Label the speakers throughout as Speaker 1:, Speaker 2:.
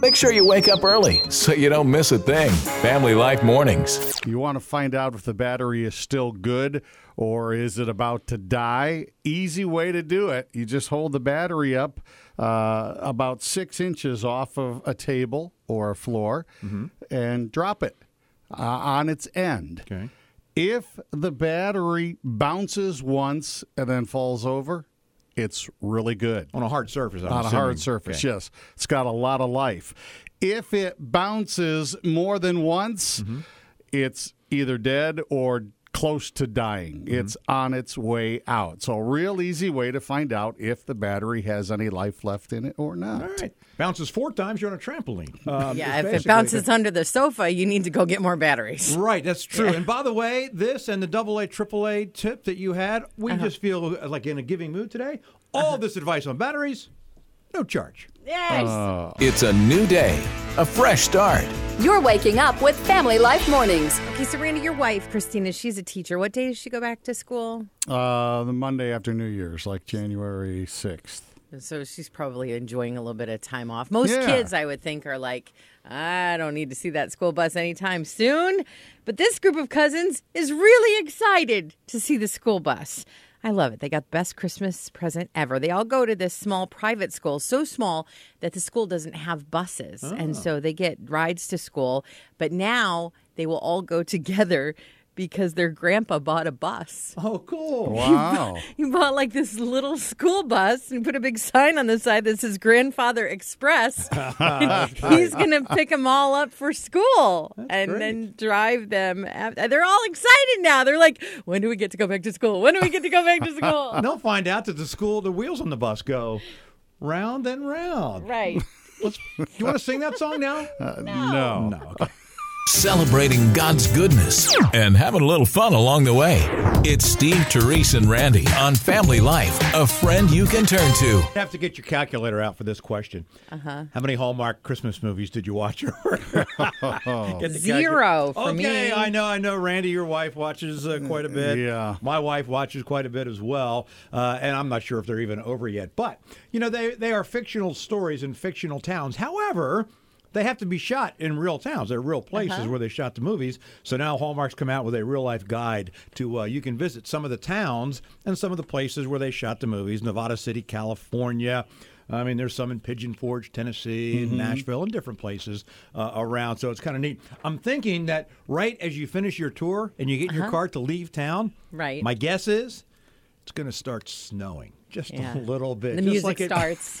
Speaker 1: Make sure you wake up early so you don't miss a thing. Family Life Mornings.
Speaker 2: You want to find out if the battery is still good or is it about to die? Easy way to do it. You just hold the battery up uh, about six inches off of a table or a floor and drop it uh, on its end.
Speaker 3: Okay.
Speaker 2: If the battery bounces once and then falls over, it's really good
Speaker 3: On a hard surface. I'm
Speaker 2: on a hard
Speaker 3: assuming.
Speaker 2: surface.
Speaker 3: Okay.
Speaker 2: Yes, it's got a lot of life. If it bounces more than once, it's either dead or close to dying. It's on its way out. So, a real easy way to find out if the battery has any life left in it or not.
Speaker 3: All right. Bounces four times, you're on a trampoline. Um, it's
Speaker 4: Yeah, if it
Speaker 3: basically-
Speaker 4: bounces under the sofa, you need to go get more batteries.
Speaker 3: Right, that's true. And by the way, this and the double A, triple A tip that you had, we just feel uh, like in a giving mood today. All this advice on batteries, no charge.
Speaker 4: Yes.
Speaker 1: It's a new day, a fresh start.
Speaker 5: You're waking up with Family Life Mornings.
Speaker 4: okay, so Randy, your wife, Christina, she's a teacher. What day does she go back to school?
Speaker 2: Uh, the Monday after New Year's, like January 6th.
Speaker 4: So she's probably enjoying a little bit of time off. Most
Speaker 2: Yeah.
Speaker 4: kids, I would think, are like, I don't need to see that school bus anytime soon. But this group of cousins is really excited to see the school bus. I love it. They got the best Christmas present ever. They all go to this small private school, so small that the school doesn't have buses. And so they get rides to school. But now they will all go together because their grandpa bought a bus.
Speaker 3: Oh, cool.
Speaker 2: Wow.
Speaker 4: You bought like this little school bus and put a big sign on the side that says Grandfather Express. He's going to pick them all up for school and
Speaker 3: great.
Speaker 4: then drive them. af- They're all excited now. They're like, when do we get to go back to school? When do we get to go back to
Speaker 3: And
Speaker 4: school?
Speaker 3: they'll find out that the school, the wheels on the bus go round and round.
Speaker 4: right.
Speaker 3: Let's, do you want to sing that song now?
Speaker 2: no.
Speaker 3: no. Okay.
Speaker 1: Celebrating God's goodness and having a little fun along the way. It's Steve, Therese, and Randy on Family Life, a friend you can turn to.
Speaker 3: You have to get your calculator out for this question. Uh-huh. How many Hallmark Christmas movies did you watch? Get the calcu-
Speaker 4: Zero for
Speaker 3: okay,
Speaker 4: me.
Speaker 3: I know, I know. Randy, your wife watches uh, quite a bit.
Speaker 2: Yeah.
Speaker 3: my wife watches quite a bit as well, uh, and I'm not sure if they're even over yet. But you know, they they are fictional stories in fictional towns. However. They have to be shot in real towns. They're real places where they shot the movies. So now Hallmark's come out with a real life guide to uh, you can visit some of the towns and some of the places where they shot the movies. Nevada City, California. I mean, there's some in Pigeon Forge, Tennessee, and Nashville, and different places uh, around. So it's kind of neat. I'm thinking that right as you finish your tour and you get in your car to leave town,
Speaker 4: Right.
Speaker 3: My guess is it's going to start snowing just
Speaker 4: Yeah.
Speaker 3: a little bit.
Speaker 4: The
Speaker 3: just
Speaker 4: music
Speaker 3: like it,
Speaker 4: starts.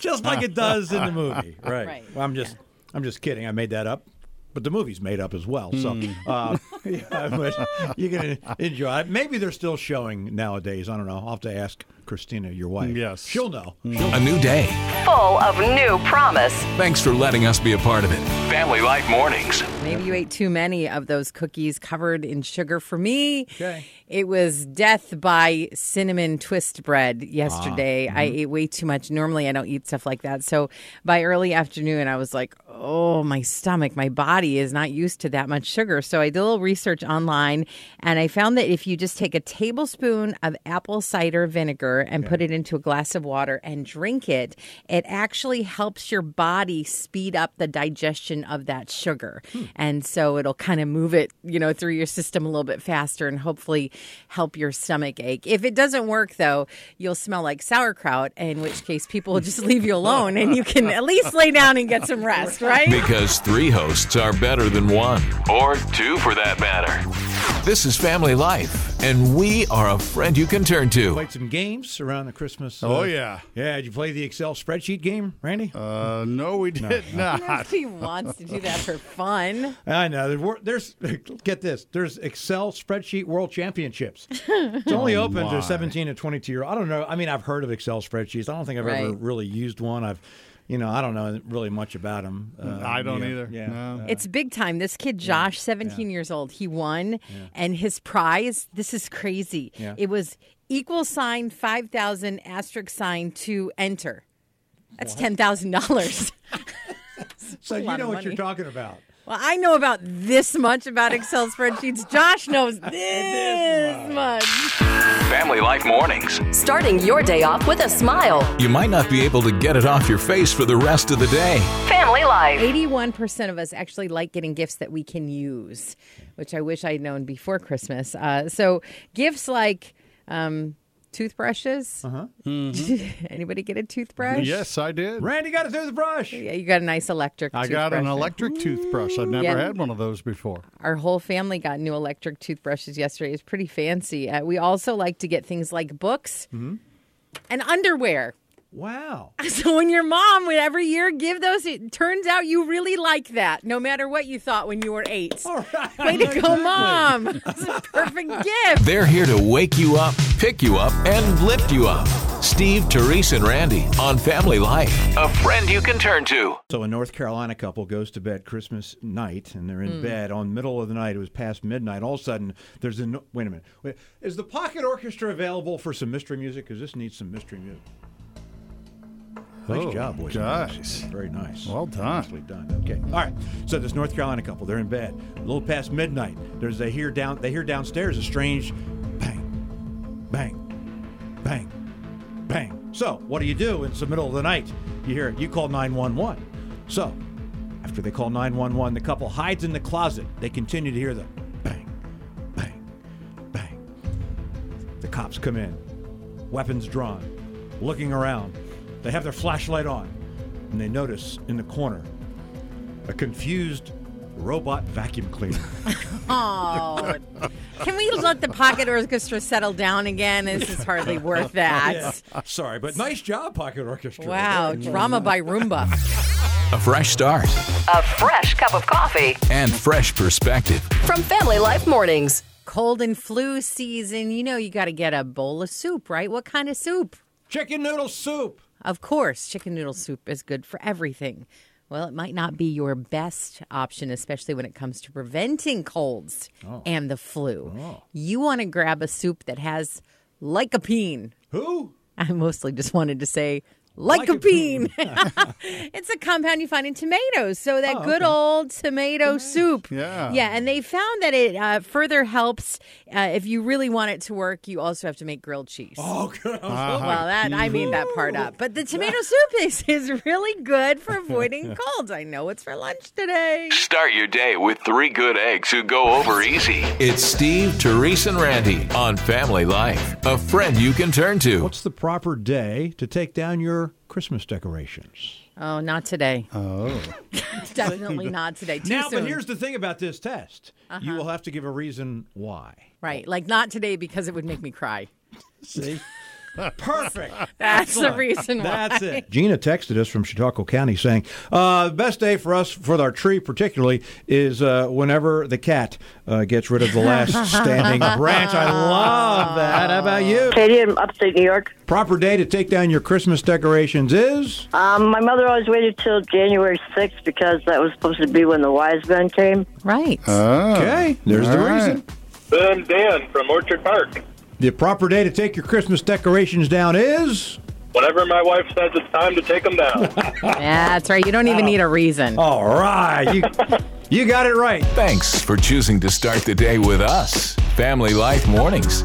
Speaker 3: just like it does in the movie, right?
Speaker 4: Right.
Speaker 3: Well, I'm just I'm just kidding. I made that up. But the movie's made up as well, so
Speaker 2: Hmm.
Speaker 3: uh, yeah, but you're gonna enjoy. it. Maybe they're still showing nowadays. I don't know. I'll have to ask Christina, your wife.
Speaker 2: Yes. Hmm.
Speaker 3: she'll know.
Speaker 1: A new day.
Speaker 5: Full of new promise.
Speaker 1: Thanks for letting us be a part of it. Family Life Mornings.
Speaker 4: Maybe you ate too many of those cookies covered in sugar. For me,
Speaker 3: Okay.
Speaker 4: it was death by cinnamon twist bread yesterday. I ate way too much. Normally, I don't eat stuff like that. So by early afternoon, I was like, oh, my stomach, my body is not used to that much sugar. So I did a little research online and I found that if you just take a tablespoon of apple cider vinegar and put it into a glass of water and drink it, it actually helps your body speed up the digestion of that sugar. And so it'll kind of move it, you know, through your system a little bit faster and hopefully help your stomach ache. If it doesn't work though, you'll smell like sauerkraut, in which case people will just leave you alone and you can at least lay down and get some rest, right?
Speaker 1: Because three hosts are better than one, or two for that matter. This is Family Life, and we are a friend you can turn to.
Speaker 3: Played some games around the Christmas. uh,
Speaker 2: Oh, yeah.
Speaker 3: yeah. Did you play the Excel spreadsheet game, Randy?
Speaker 2: Uh, no, we did not.
Speaker 4: Nobody wants to do that for fun.
Speaker 3: I know. There's, wor- there's get this. There's Excel spreadsheet world championships. It's only open
Speaker 2: Oh, my.
Speaker 3: to 17 and 22 year. I don't know. I mean, I've heard of Excel spreadsheets. I don't think I've ever
Speaker 4: Right.
Speaker 3: really used one. I've, you know, I don't know really much about them.
Speaker 2: I don't either.
Speaker 3: Yeah.
Speaker 2: No.
Speaker 4: It's big time. This kid, Josh, 17 years old, he won. And his prize, this is crazy.
Speaker 3: Yeah.
Speaker 4: It was equal sign 5,000 asterisk sign to enter. That's $10,000.
Speaker 3: So
Speaker 4: a
Speaker 3: you
Speaker 4: lot
Speaker 3: know
Speaker 4: of
Speaker 3: what you're
Speaker 4: money.
Speaker 3: talking about.
Speaker 4: well, I know about this much about Excel spreadsheets. Josh knows this, much.
Speaker 1: Family Life Mornings.
Speaker 5: Starting your day off with a smile.
Speaker 1: You might not be able to get it off your face for the rest of the day.
Speaker 5: Family Life.
Speaker 4: 81% of us actually like getting gifts that we can use, which I wish I'd known before Christmas. Uh, so gifts like um, toothbrushes. Uh-huh. Anybody get a toothbrush?
Speaker 2: Yes, I did.
Speaker 3: Randy got a toothbrush.
Speaker 4: Yeah, you got a nice electric
Speaker 2: I got an
Speaker 4: toothbrush.
Speaker 2: electric toothbrush. I've never
Speaker 4: Yeah.
Speaker 2: had one of those before.
Speaker 4: Our whole family got new electric toothbrushes yesterday. It's pretty fancy. Uh, we also like to get things like books and underwear.
Speaker 3: Wow.
Speaker 4: So when your mom would every year give those, it turns out you really like that, no matter what you thought when you were eight.
Speaker 3: All right.
Speaker 4: Way to go, mom! It's a perfect gift.
Speaker 1: They're here to wake you up, pick you up, and lift you up. Steve, Therese, and Randy on Family Life. A friend you can turn to.
Speaker 3: So a North Carolina couple goes to bed Christmas night, and they're in bed on middle of the night. It was past midnight. All of a sudden, there's a no- wait a minute. Wait, is the pocket orchestra available for some mystery music? Because this needs some mystery music. Nice
Speaker 2: Oh,
Speaker 3: job, boys.
Speaker 2: gosh.
Speaker 3: Very nice.
Speaker 2: Well done.
Speaker 3: Nicely done. Okay. All right. So this North Carolina couple, they're in bed. A little past midnight. There's they hear down they hear downstairs a strange bang, bang, bang, bang. So what do you do? It's the middle of the night. You hear it. You call 911. So after they call 911, the couple hides in the closet. They continue to hear the bang, bang, bang. The cops come in, weapons drawn, looking around. They have their flashlight on, and they notice in the corner a confused robot vacuum cleaner.
Speaker 4: Oh, can we let the pocket orchestra settle down again? This is hardly worth that.
Speaker 3: Uh, Sorry, but nice job, Pocket Orchestra.
Speaker 4: Wow, drama by Roomba.
Speaker 1: A fresh start
Speaker 5: A fresh cup of coffee
Speaker 1: and fresh perspective.
Speaker 5: from Family Life Mornings.
Speaker 4: Cold and flu season. You know you got to get a bowl of soup, right? What kind of soup?
Speaker 3: Chicken noodle soup.
Speaker 4: Of course, chicken noodle soup is good for everything. Well, it might not be your best option, especially when it comes to preventing colds and the flu. You want to grab a soup that has lycopene.
Speaker 3: Who?
Speaker 4: I mostly just wanted to say lycopene. it's a compound you find in tomatoes. So that good old tomato soup.
Speaker 2: Yeah.
Speaker 4: Yeah, and they found that it uh, further helps uh, if you really want it to work. You also have to make grilled cheese.
Speaker 3: Oh, God.
Speaker 4: Well,
Speaker 2: Uh-huh.
Speaker 4: that I made that part up. But the tomato soup is, is really good for avoiding colds. I know it's for lunch today.
Speaker 1: Start your day with three good eggs who go over easy. It's Steve, Therese, and Randy on Family Life. A friend you can turn to.
Speaker 3: What's the proper day to take down your Christmas decorations?
Speaker 4: Oh, not today. Oh. Definitely not today. Too
Speaker 3: now,
Speaker 4: soon. Uh-huh.
Speaker 3: but here's the thing about this test you will have to give a reason why.
Speaker 4: right. Like not today because it would make me cry.
Speaker 3: See? Perfect.
Speaker 4: That's the reason why.
Speaker 3: That's it. Gina texted us from Chautauqua County saying, uh, best day for us, for our tree particularly, is uh, whenever the cat uh, gets rid of the last standing branch. I love that. How about you?
Speaker 6: Katie in upstate New York.
Speaker 3: Proper day to take down your Christmas decorations is?
Speaker 6: Um, my mother always waited till January 6th because that was supposed to be when the wise men came.
Speaker 4: Right.
Speaker 3: Uh.
Speaker 2: Oh.
Speaker 3: Okay, there's the
Speaker 2: all right.
Speaker 3: reason.
Speaker 7: Ben Dan from Orchard Park.
Speaker 3: The proper day to take your Christmas decorations down is?
Speaker 7: Whenever my wife says it's time to take them down.
Speaker 4: That's right. You don't even need a reason.
Speaker 3: All right. You, you got it right.
Speaker 1: Thanks for choosing to start the day with us. Family Life Mornings.